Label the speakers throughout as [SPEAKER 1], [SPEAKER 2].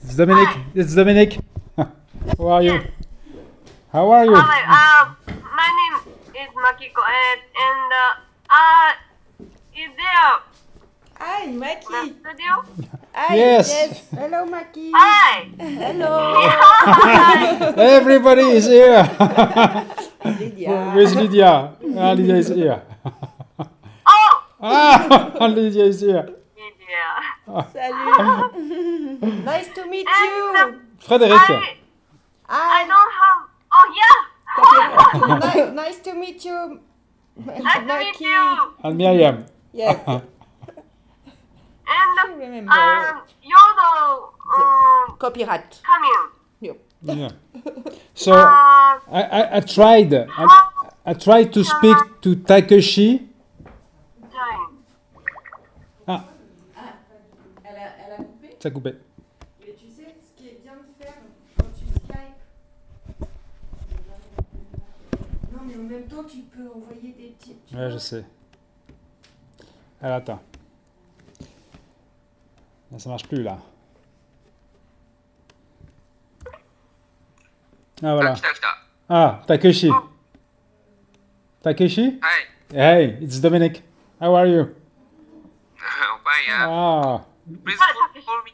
[SPEAKER 1] It's Dominic. It's Dominic. How are you? How are you?
[SPEAKER 2] Hi, uh, my name is Makiko, and, and uh, uh, is there
[SPEAKER 3] Hi,
[SPEAKER 2] a
[SPEAKER 3] Maki.
[SPEAKER 2] studio?
[SPEAKER 3] Hi,
[SPEAKER 1] Yes.
[SPEAKER 3] Hello, Maki.
[SPEAKER 2] Hi! Ah.
[SPEAKER 3] Hello.
[SPEAKER 1] Everybody is here.
[SPEAKER 3] Lydia.
[SPEAKER 1] Where's Lydia? Ah, Lydia is here.
[SPEAKER 2] Oh!
[SPEAKER 1] Ah, Lydia is here.
[SPEAKER 2] Yeah.
[SPEAKER 3] Salut. nice to meet
[SPEAKER 2] Ah,
[SPEAKER 3] you.
[SPEAKER 1] Frédéric.
[SPEAKER 2] I, I
[SPEAKER 4] Ah,
[SPEAKER 3] Hi.
[SPEAKER 2] don't have... Oh, yeah!
[SPEAKER 3] Ni- nice to meet you.
[SPEAKER 2] Ah, nice to meet you!
[SPEAKER 1] And Miriam.
[SPEAKER 3] Yes. I
[SPEAKER 2] And,
[SPEAKER 3] remember.
[SPEAKER 2] um, you're the, um,
[SPEAKER 3] Copyright.
[SPEAKER 2] coming.
[SPEAKER 1] Yeah. So I,
[SPEAKER 2] Uh,
[SPEAKER 1] I, I tried. I,
[SPEAKER 2] how
[SPEAKER 1] I tried to speak to Takeshi.
[SPEAKER 2] doing?
[SPEAKER 4] Elle a, elle a coupé,
[SPEAKER 1] Ça a coupé.
[SPEAKER 4] mais tu sais ce qui est bien de faire quand tu Skype Non, mais en même temps, tu peux envoyer des petites. tu
[SPEAKER 1] Ouais, je
[SPEAKER 4] vois.
[SPEAKER 1] sais. Alors attends. Là, ça marche plus là. Ah voilà.
[SPEAKER 5] あ来た来た。
[SPEAKER 1] Ah, Takeshi. Takeshi?
[SPEAKER 5] はい。
[SPEAKER 1] Hey, it's Dominic. How are you?
[SPEAKER 5] おばんや。
[SPEAKER 1] Ah.
[SPEAKER 5] Please call me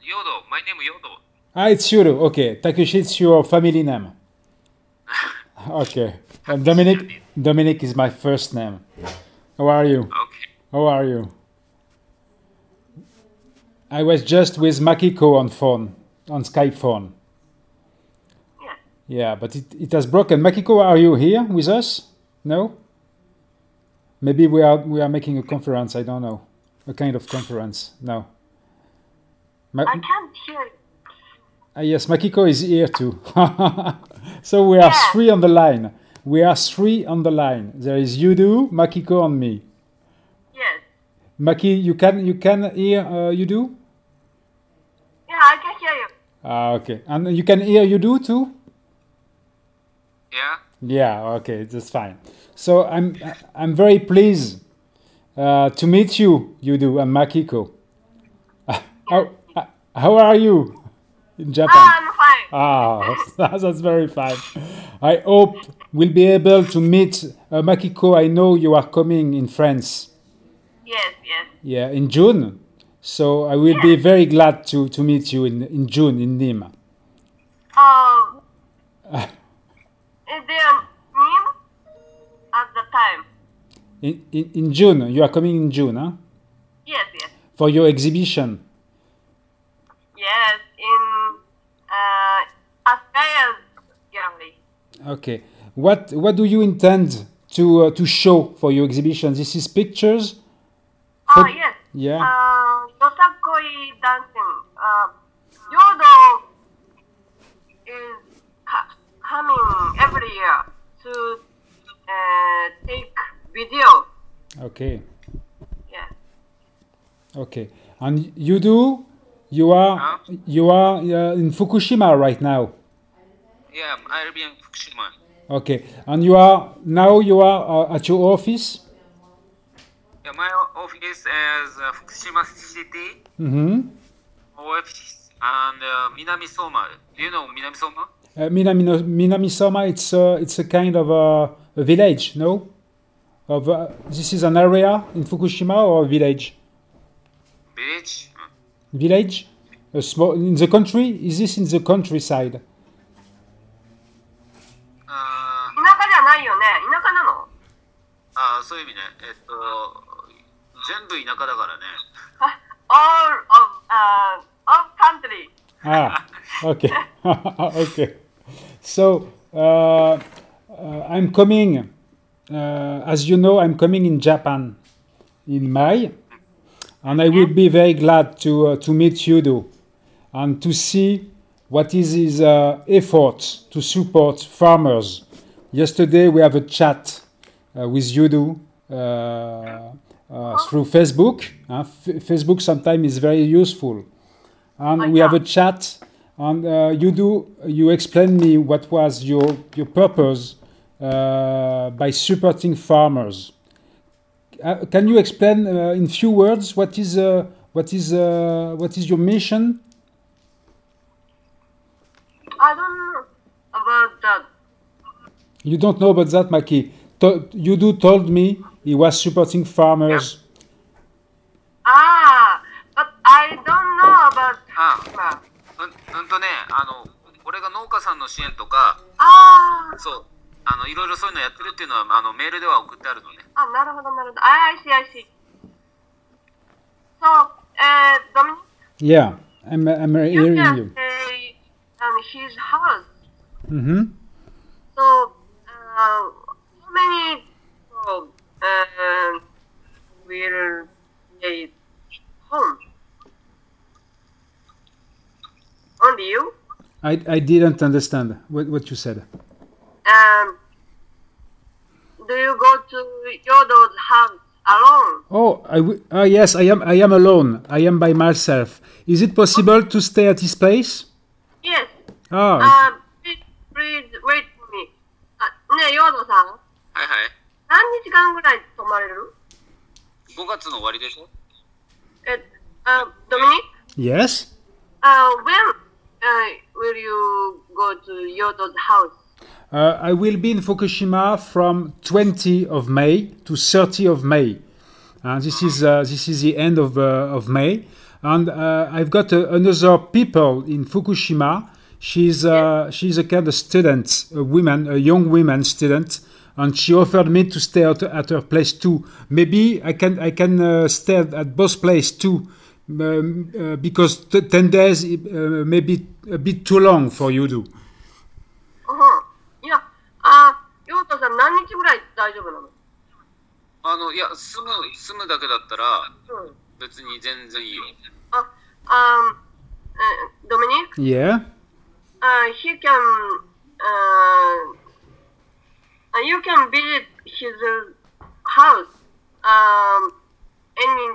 [SPEAKER 5] Yodo. My name Yodo.
[SPEAKER 1] Ah, it's Yuru. Okay. Takeshi, it's your family name. Okay. And Dominic Dominic is my first name. How are you?
[SPEAKER 5] Okay.
[SPEAKER 1] How are you? I was just with Makiko on phone, on Skype phone.
[SPEAKER 2] Yeah.
[SPEAKER 1] Yeah, but it, it has broken. Makiko, are you here with us? No? Maybe we are we are making a conference, I don't know. A kind of conference. No. Ma-
[SPEAKER 2] I can't hear you.
[SPEAKER 1] Ah, yes, Makiko is here too. so we are
[SPEAKER 2] Yeah.
[SPEAKER 1] three on the line. We are three on the line. There is Yudu, Makiko, and me.
[SPEAKER 2] Yes.
[SPEAKER 1] Maki, you can you can hear uh, Yudu?
[SPEAKER 2] Yeah, I can hear you.
[SPEAKER 1] Ah, okay. And you can hear Yudu too?
[SPEAKER 5] Yeah.
[SPEAKER 1] Yeah, okay, that's fine. So I'm I'm very pleased uh, to meet you, Yudu and Makiko. how, how are you in
[SPEAKER 2] Ah,
[SPEAKER 1] Japan?
[SPEAKER 2] I'm fine.
[SPEAKER 1] Ah, that's, that's very fine. I hope we'll be able to meet uh, Makiko. I know you are coming in France,
[SPEAKER 2] Yes, yes.
[SPEAKER 1] yeah, in June. So I will be very glad to, to meet you in, in June in Nîmes.
[SPEAKER 2] Um, is there a name at the time?
[SPEAKER 1] In, in, in June, you are coming in June, huh?
[SPEAKER 2] Yes, yes,
[SPEAKER 1] For your exhibition.
[SPEAKER 2] yes. In uh, Aspire Gallery.
[SPEAKER 1] Okay. What what do you intend to uh, to show for your exhibition? This is pictures.
[SPEAKER 2] Oh
[SPEAKER 1] But-
[SPEAKER 2] yes.
[SPEAKER 1] Yeah.
[SPEAKER 2] Uh, yosakoi dancing. Uh, Yodo is ca- coming every year to uh, take video.
[SPEAKER 1] Okay.
[SPEAKER 2] Yes.
[SPEAKER 1] Okay. And you do. You are you are uh, in Fukushima right now.
[SPEAKER 5] Yeah. I'll be in Fukushima.
[SPEAKER 1] Okay. And you are now you are uh, at your office.
[SPEAKER 5] Yeah, my office is uh, Fukushima City
[SPEAKER 1] Mm-hmm.
[SPEAKER 5] office and uh, Minami Soma. Do you know Minami Soma?
[SPEAKER 1] Uh, Minami Minamisoma. It's a it's a kind of a, a village. No. Of uh, this is an area in Fukushima or a village.
[SPEAKER 5] Village? Mm.
[SPEAKER 1] village, a small in the country. Is this in the countryside?
[SPEAKER 5] Uh,
[SPEAKER 2] 田舎じゃないよね。田舎なの？
[SPEAKER 5] あーそういう意味ね。えっと、全部田舎だからね。
[SPEAKER 2] all of uh, of country.
[SPEAKER 1] Ah, okay, okay. So uh, uh, I'm coming. Uh, as you know, I'm coming in Japan in May, and I will be very glad to uh, to meet Yudo and to see what is his uh, effort to support farmers. Yesterday we have a chat uh, with Yudo uh, uh, through Facebook. Uh, F- Facebook sometimes is very useful. and we have a chat and uh, you do you explain me what was your your purpose uh, by supporting farmers uh, can you explain uh, in few words what is uh, what is uh, what is your mission
[SPEAKER 2] I don't know about that.
[SPEAKER 1] You don't know about that, Maki. To- you do told me he was supporting farmers.
[SPEAKER 2] Ah, but I don't know about
[SPEAKER 5] あ
[SPEAKER 2] that.
[SPEAKER 5] うん、うんとね、あの、俺が農家さんの支援とか、
[SPEAKER 2] Ah,
[SPEAKER 5] そう、あの、いろいろそういうのやってるっていうのは、あの、メールでは送ってあるのね。
[SPEAKER 2] ah, なるほどなるほど。I, I see, I see. So, uh, Dominic,
[SPEAKER 1] Yeah, I'm, I'm
[SPEAKER 2] you
[SPEAKER 1] hearing
[SPEAKER 2] can
[SPEAKER 1] you.
[SPEAKER 2] say um, his house.
[SPEAKER 1] hmm
[SPEAKER 2] So, uh, how many people uh, will stay home? Only you?
[SPEAKER 1] I, I didn't understand what, what you said.
[SPEAKER 2] Um, do you go to Yodo's house alone?
[SPEAKER 1] Oh, I w- ah, yes, I am. I am alone. I am by myself. Is it possible to stay at his place?
[SPEAKER 2] Yes.
[SPEAKER 1] Ah,
[SPEAKER 2] Um, please, please wait for me. Uh, あねえ、ヨードさん、
[SPEAKER 5] はいはい。
[SPEAKER 2] 何日間ぐらい泊まれる
[SPEAKER 5] 5月の終わりでしょ
[SPEAKER 2] え、あドミニク
[SPEAKER 1] yes.
[SPEAKER 2] Uh, when uh, will you go to Yodo's house?
[SPEAKER 1] Uh, I will be in Fukushima from 20 of May to 30 of May. Uh, this is uh, this is the end of uh, of May, and uh, I've got uh, another people in Fukushima. She's uh, she's a kind of student, a woman, a young woman student, and she offered me to stay at, at her place too. Maybe I can I can uh, stay at both places too, um, uh, because t- ten days uh, maybe a bit too long for you do.
[SPEAKER 2] うん。いや、あヨードさん何日ぐらい大丈夫なの
[SPEAKER 5] あの、いや、住む、住むだけだったら、
[SPEAKER 2] うん。
[SPEAKER 5] 別に全然いいよ。
[SPEAKER 2] あ、あ、え、ドミニク
[SPEAKER 1] Yeah.
[SPEAKER 2] uh, he can uh, uh, you can visit his uh, house um, any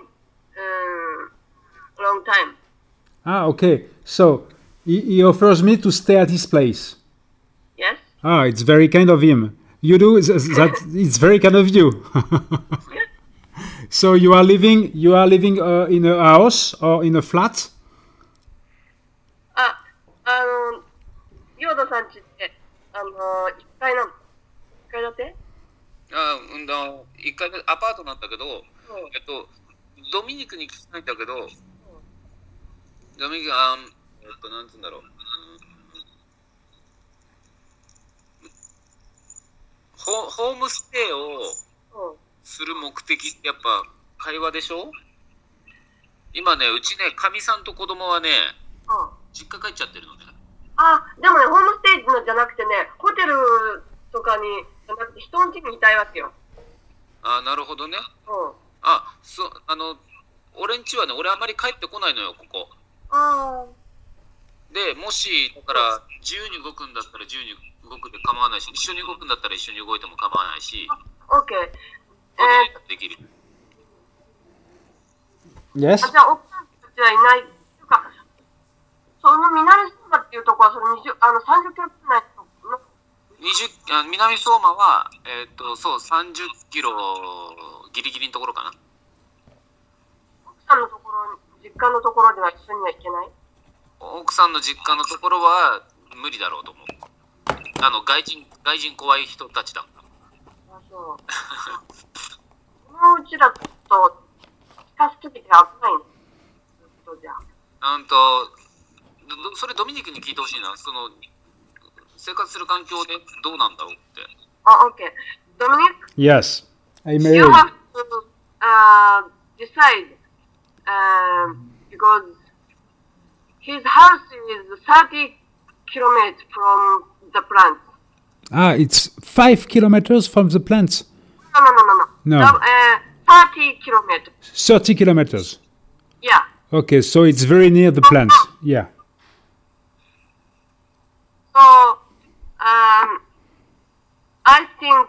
[SPEAKER 2] uh, long time.
[SPEAKER 1] Ah, okay. So he, he offers me to stay at his place.
[SPEAKER 2] Yes.
[SPEAKER 1] Ah, it's very kind of him. You do th- th- that. It's very kind of you. so you are living. You are living uh, in a house or in a flat.
[SPEAKER 2] あ、あのヨードさんちってあの一階なの？一階建て？
[SPEAKER 5] あうんだ、一回目アパートなんだけど、
[SPEAKER 2] うん
[SPEAKER 5] えっと、ドミニクに聞きたいんだけど、ドミニク、あんえっと、なんつうんだろう。うんホホームステイを
[SPEAKER 2] うん。
[SPEAKER 5] する目的ってやっぱ会話でしょ今ね、うちね、かみさんと子供はね、
[SPEAKER 2] うん。
[SPEAKER 5] 実家帰っちゃってるのね。
[SPEAKER 2] あ、でもねホームステイのじゃなくてねホテルとかにじゃなくて人ん家にいたいわけよ。
[SPEAKER 5] あなるほどね。
[SPEAKER 2] うん。
[SPEAKER 5] あ、そう、あの、俺んちはね、俺あんまり帰ってこないのよ、ここ。
[SPEAKER 2] ああ。
[SPEAKER 5] でもしだから自由に動くんだったら自由に動くで構わないし一緒に動くんだったら一緒に動いても構わないし
[SPEAKER 2] OK。えー、
[SPEAKER 5] できる
[SPEAKER 1] Yes.
[SPEAKER 2] あじゃあ、奥さんたちはいない。というか、その南相馬っていうところは、その20あの30キロ圏内のの
[SPEAKER 5] 20あ南相馬は、えーっとそう30キロギリギリのところかな
[SPEAKER 2] 奥さんのところに、実家のところでは一緒には行けない。
[SPEAKER 5] 奥さんの実家のところは無理だろうと思うあの外人外人怖い人たちだ
[SPEAKER 2] あそう。このうちだと、近すぎて危ないの。ずっとじゃあ。
[SPEAKER 5] うんとどどそれドミニクに聞いてほしいなその生活する環境でどうなんだろうって
[SPEAKER 2] あ、OK。ドミニク
[SPEAKER 1] Yes. I'm
[SPEAKER 2] You
[SPEAKER 1] married.
[SPEAKER 2] have to uh, decide um, because his house is 30 kilometers from the plant.
[SPEAKER 1] Ah, it's five kilometers from the plant.
[SPEAKER 2] No, no, no, no, no.
[SPEAKER 1] No.
[SPEAKER 2] uh, 30 kilometers.
[SPEAKER 1] Thirty kilometers.
[SPEAKER 2] Yeah.
[SPEAKER 1] Okay, so it's very near the plant. Yeah.
[SPEAKER 2] So um, I think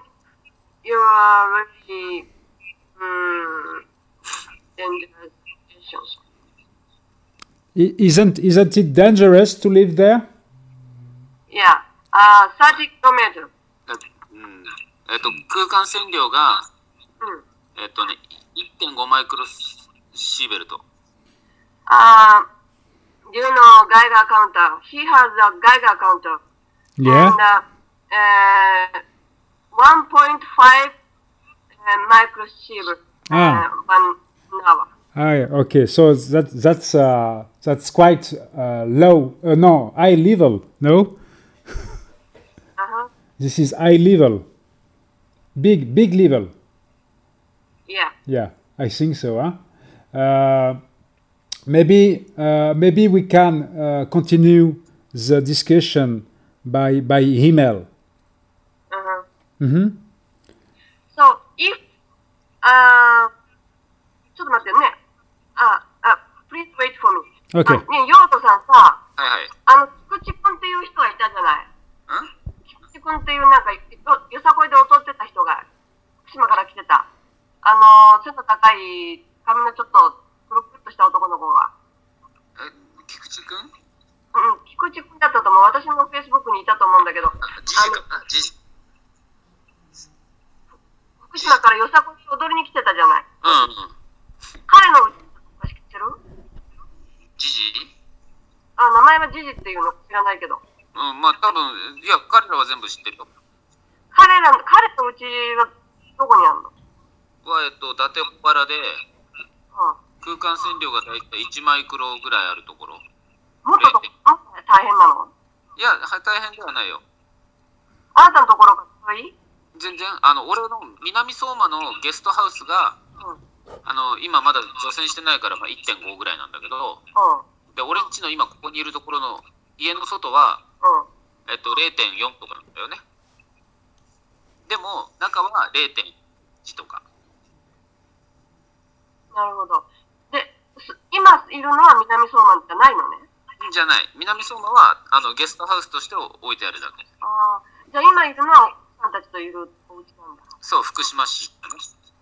[SPEAKER 2] you are really um, dangerous situation.
[SPEAKER 1] I- isn't isn't it dangerous to live there?
[SPEAKER 2] Yeah. Uh, 30 kilometers.
[SPEAKER 5] だうんえっと空間占領が
[SPEAKER 2] Mm.
[SPEAKER 5] えっとね、1.5マイクロシーベルト。
[SPEAKER 2] Uh, Do you know Geiger counter? He has a Geiger counter.
[SPEAKER 1] Yeah.
[SPEAKER 2] And, uh, uh, 1.5 uh, microsievert
[SPEAKER 1] Ah.
[SPEAKER 2] uh, one hour.
[SPEAKER 1] Hi. Okay. So that that's uh, that's quite uh, low. Uh, no, high level. No,
[SPEAKER 2] Uh-huh.
[SPEAKER 1] this is high level. Big big level.
[SPEAKER 2] Yeah.
[SPEAKER 1] Yeah, I think so. Huh? Uh, maybe uh, maybe we can uh, continue the discussion by by email.
[SPEAKER 2] Uh-huh.
[SPEAKER 1] hmm
[SPEAKER 2] So if, uh, ちょっと待ってね。あ、あ、please wait for me.
[SPEAKER 1] Okay.
[SPEAKER 2] あね、ヨートさんさ、
[SPEAKER 5] はいはい。
[SPEAKER 2] あの、菊池くんっていう人がいたじゃない。
[SPEAKER 5] ん
[SPEAKER 2] 菊池くんっていうなんか、よよさこいで踊ってた人が、福島から来てた。あの、背の高い、髪のちょっと、くるくるっとした男の子が。
[SPEAKER 5] え菊池くん
[SPEAKER 2] うん、菊池くんだったと思う。私もフェイスブックにいたと思うんだけど、
[SPEAKER 5] あじじかなじじ。
[SPEAKER 2] 福島からよさこいで踊りに来てたじゃない。
[SPEAKER 5] うんうん。
[SPEAKER 2] 彼のうち、知ってる
[SPEAKER 5] じじ
[SPEAKER 2] あ、名前はジジっていうの知らないけど。
[SPEAKER 5] うん、まあ多分、いや、彼らは全部知ってるよ。
[SPEAKER 2] 彼らの、彼のうちはどこにあるの
[SPEAKER 5] は、えっと、伊達小原で、
[SPEAKER 2] うん。
[SPEAKER 5] 空間線量が大体1マイクロぐらいあるところ。
[SPEAKER 2] もっとど、もっと大変なの
[SPEAKER 5] いや、は大変ではないよ。
[SPEAKER 2] あなたのところが遠い
[SPEAKER 5] 全然、あの、俺の南相馬のゲストハウスが、
[SPEAKER 2] うん。うん。
[SPEAKER 5] あの、今まだ除染してないから、まあ、1.5ぐらいなんだけど、で、俺んちの今ここにいるところの家の外は、
[SPEAKER 2] うん。
[SPEAKER 5] えっと、0.4とかなんだよね。でも、中は0.1とか。
[SPEAKER 2] なるほど。で、す今いるのは南相馬じゃないのね。
[SPEAKER 5] じゃない。南相馬は、あの、ゲストハウスとして置いてあるだけ。
[SPEAKER 2] ああ。じゃあ今いるのはお父さんたちといるお家なんだ。
[SPEAKER 5] そう、福島市だね。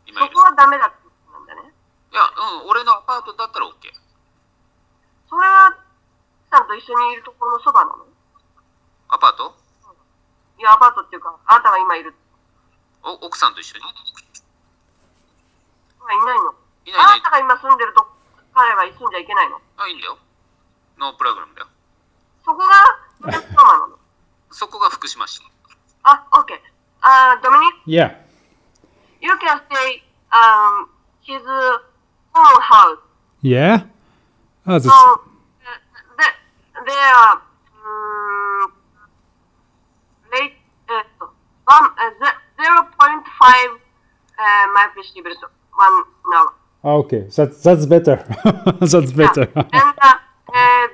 [SPEAKER 5] 今い
[SPEAKER 2] そ
[SPEAKER 5] る
[SPEAKER 2] こ。はダメだってことなんだね。
[SPEAKER 5] いや、うん、俺のアパートだったら OK。
[SPEAKER 2] それは、さんと一緒にいるところのそばなの
[SPEAKER 5] アパート
[SPEAKER 2] いや、アパートっていうか、あなたが今いる。
[SPEAKER 5] お奥さんと一緒に
[SPEAKER 2] まあ、いないの。
[SPEAKER 5] いない
[SPEAKER 2] あ
[SPEAKER 5] いない
[SPEAKER 2] なたが今住んでるとこ、彼は住んじゃいけないの。
[SPEAKER 5] あ、いいんだよ。ノープログラムだよ。
[SPEAKER 2] そこが南相馬なの。
[SPEAKER 5] そこが福島市。
[SPEAKER 2] あ、オッケー。あ、ドミニク、
[SPEAKER 1] Yeah.
[SPEAKER 2] you can say, um, his own house.
[SPEAKER 1] Yeah. Ah,
[SPEAKER 2] So,
[SPEAKER 1] that's,
[SPEAKER 2] uh, the- there, um, late, uh, one, uh, ze- 0.5 uh, microsievert, one now.
[SPEAKER 1] okay. That's that's better. that's better.
[SPEAKER 2] And uh, uh, uh,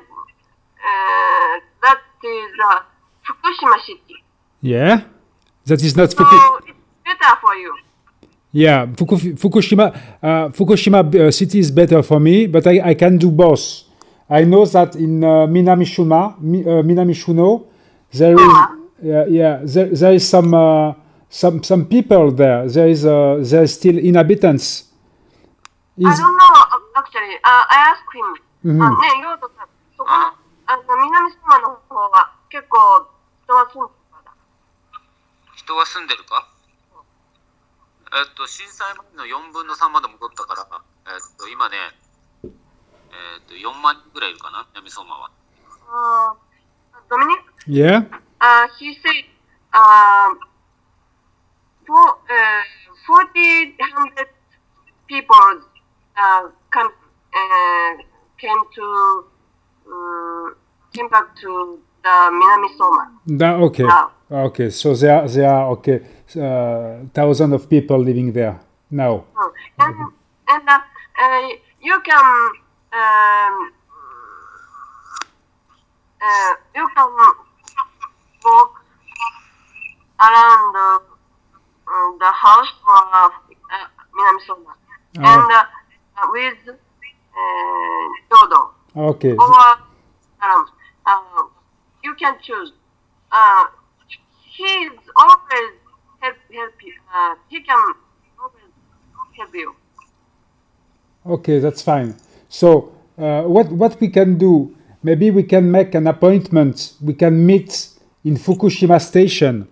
[SPEAKER 2] that is uh, Fukushima city.
[SPEAKER 1] yeah. That is not
[SPEAKER 2] So
[SPEAKER 1] Fukushima.
[SPEAKER 2] it's better for you.
[SPEAKER 1] Yeah, Fuku- Fukushima, uh, Fukushima uh, city is better for me, but I, I can do both. I know that in uh, Minamishuma, Mi, uh, Minamishuno, there is yeah, yeah there, there is some uh, some some people there. There is uh, there is still inhabitants.
[SPEAKER 2] I
[SPEAKER 1] Is,
[SPEAKER 2] don't know, uh, actually. Uh, I asked him. Uh, あねえ、ヨウトさん、そこの、あの、南島の方は結構人は住んでるから。
[SPEAKER 5] 人は住んでるかえっと、震災前の4分の3まで戻ったから、えっと、今ね、えっと、4万人ぐらいいるかな、南相馬は。
[SPEAKER 2] Uh, Dominic,
[SPEAKER 1] yeah,
[SPEAKER 2] uh, he said, um, for, uh, 4,000 people uh, come, uh, came to, um, came back to the Minami Soma.
[SPEAKER 1] that, okay,
[SPEAKER 2] Now.
[SPEAKER 1] okay. So there are- there are okay uh, thousands of people living there now.
[SPEAKER 2] Mm. And, and uh, uh, you can, um, uh, you can walk around the, uh, the house of uh, Minami Soma and uh, with uh, Dodo
[SPEAKER 1] Okay,
[SPEAKER 2] or um, uh, you can choose. Uh, he is always help, help you. Uh, he can always help you.
[SPEAKER 1] Okay, that's fine. So, uh, what what we can do? Maybe we can make an appointment. We can meet in Fukushima Station.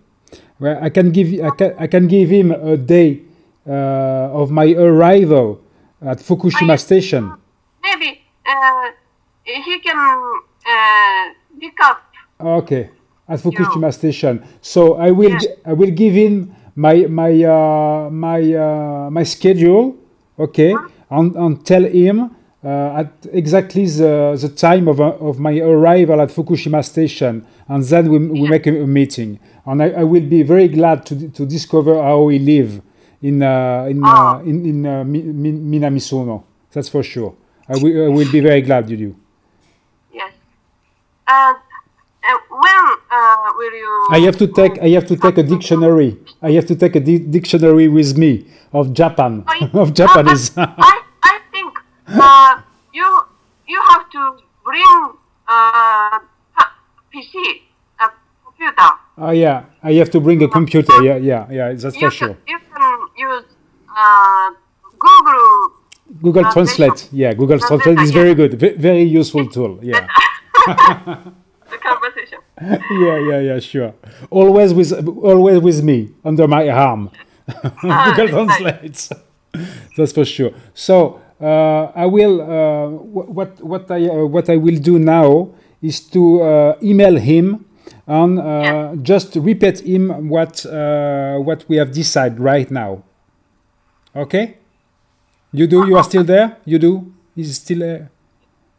[SPEAKER 1] Where I can give I can, I can give him a day uh, of my arrival at Fukushima Station.
[SPEAKER 2] Maybe uh, he can uh, pick up.
[SPEAKER 1] Okay, at Fukushima station. So I will gi- I will give him my my uh, my uh, my schedule. Okay, and, and tell him uh, at exactly the, the time of, uh, of my arrival at Fukushima station, and then we, we make a, a meeting. And I, I will be very glad to, to discover how he live in uh, in, uh, in in uh, Mi- Mi- Minamisuno. That's for sure. I will, I will be very glad you do.
[SPEAKER 2] Yes. And uh, when uh, will you?
[SPEAKER 1] I have to take I have to take a dictionary. I have to take a di- dictionary with me of Japan
[SPEAKER 2] Oh, you-
[SPEAKER 1] of Japanese.
[SPEAKER 2] Uh, I, I think uh, you you have to bring uh, pa- PC, a computer.
[SPEAKER 1] oh yeah, I have to bring a computer. Yeah, yeah, yeah. That's
[SPEAKER 2] You
[SPEAKER 1] for
[SPEAKER 2] can,
[SPEAKER 1] sure.
[SPEAKER 2] you can use uh, Google.
[SPEAKER 1] Google
[SPEAKER 2] Translation.
[SPEAKER 1] Translate. Yeah, Google
[SPEAKER 2] Translate,
[SPEAKER 1] Translate is
[SPEAKER 2] yeah.
[SPEAKER 1] very good, ve- very useful tool. Yeah,
[SPEAKER 2] the conversation.
[SPEAKER 1] yeah, yeah, yeah. Sure. Always with always with me under my arm. Google Translate. That's for sure. So uh, I will. Uh, wh- what what I uh, what I will do now is to uh, email him and uh, just repeat him what uh, what we have decided right now. Okay. You do. You are still there. You do. He's still there.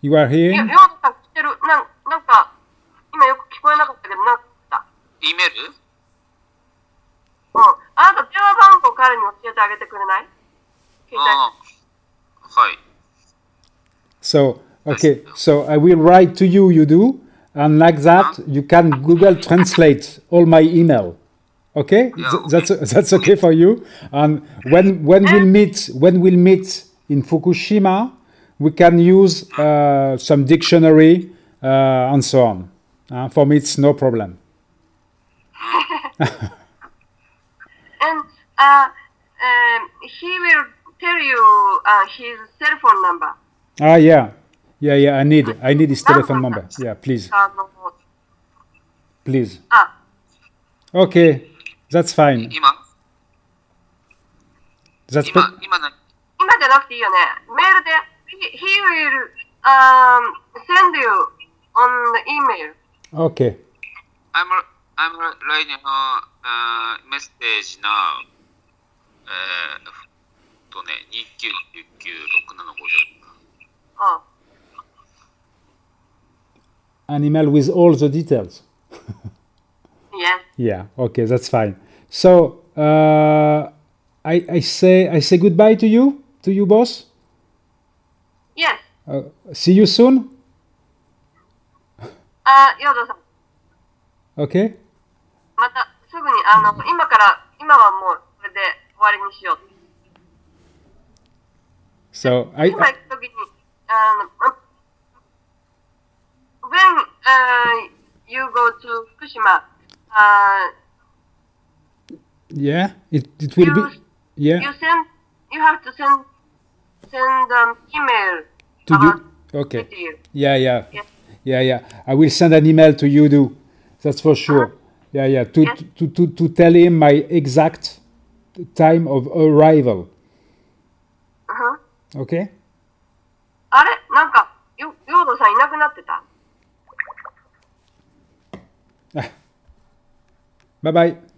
[SPEAKER 1] You are
[SPEAKER 2] よ、
[SPEAKER 1] here.
[SPEAKER 2] ようさん、知ってる、なん、なんか、今よく聞こえなかったけど、なんか、
[SPEAKER 5] E メール
[SPEAKER 2] うん、あなた電話番号彼に教えてあげてくれない。携帯。
[SPEAKER 5] ああはい
[SPEAKER 1] So okay. So I will write to you. You do. And like that, you can Google Translate all my email. Okay, Th- that's that's okay for you. And when when we'll meet when we'll meet in Fukushima, we can use uh, some dictionary uh, and so on. Uh, for me, it's no problem.
[SPEAKER 2] and uh, um, he will tell you uh, his cell phone number.
[SPEAKER 1] Ah, yeah, yeah, yeah. I need I need his telephone number. Yeah, please,
[SPEAKER 2] あの、
[SPEAKER 1] please.
[SPEAKER 2] あ、
[SPEAKER 1] Okay, that's fine.
[SPEAKER 5] 今
[SPEAKER 1] That's
[SPEAKER 5] 今
[SPEAKER 1] pe-
[SPEAKER 5] 今何
[SPEAKER 2] 今じゃなくていいよね。メールで、he, he will、um, send you on the email.
[SPEAKER 1] okay.
[SPEAKER 5] I'm I'm writing a uh, message now. えー、とね、二九九九六七五六。
[SPEAKER 2] うん。
[SPEAKER 1] An email with all the details.
[SPEAKER 2] Yes.
[SPEAKER 1] Yeah. Okay, that's fine. So uh, I I say I say goodbye to you to you, boss.
[SPEAKER 2] Yes.
[SPEAKER 1] Uh, see you soon.
[SPEAKER 2] あ、ヨドさん。
[SPEAKER 1] Okay.
[SPEAKER 2] またすぐにあの今から今はもうこれで終わりにしよう
[SPEAKER 1] So I,
[SPEAKER 2] 今行
[SPEAKER 1] I
[SPEAKER 2] く時にあのあ When、uh, you go to 福島、uh,
[SPEAKER 1] yeah it it will be
[SPEAKER 2] you
[SPEAKER 1] yeah
[SPEAKER 2] send you have to send send an email
[SPEAKER 1] to
[SPEAKER 2] about
[SPEAKER 1] you okay
[SPEAKER 2] with you
[SPEAKER 1] yeah yeah yeah yeah I will send an email to you do that's for sure yeah Uh-huh. yeah to to to to tell him my exact time of arrival
[SPEAKER 2] うん
[SPEAKER 1] okay
[SPEAKER 2] あれなんかよヨードさんいなくなってた
[SPEAKER 1] bye bye.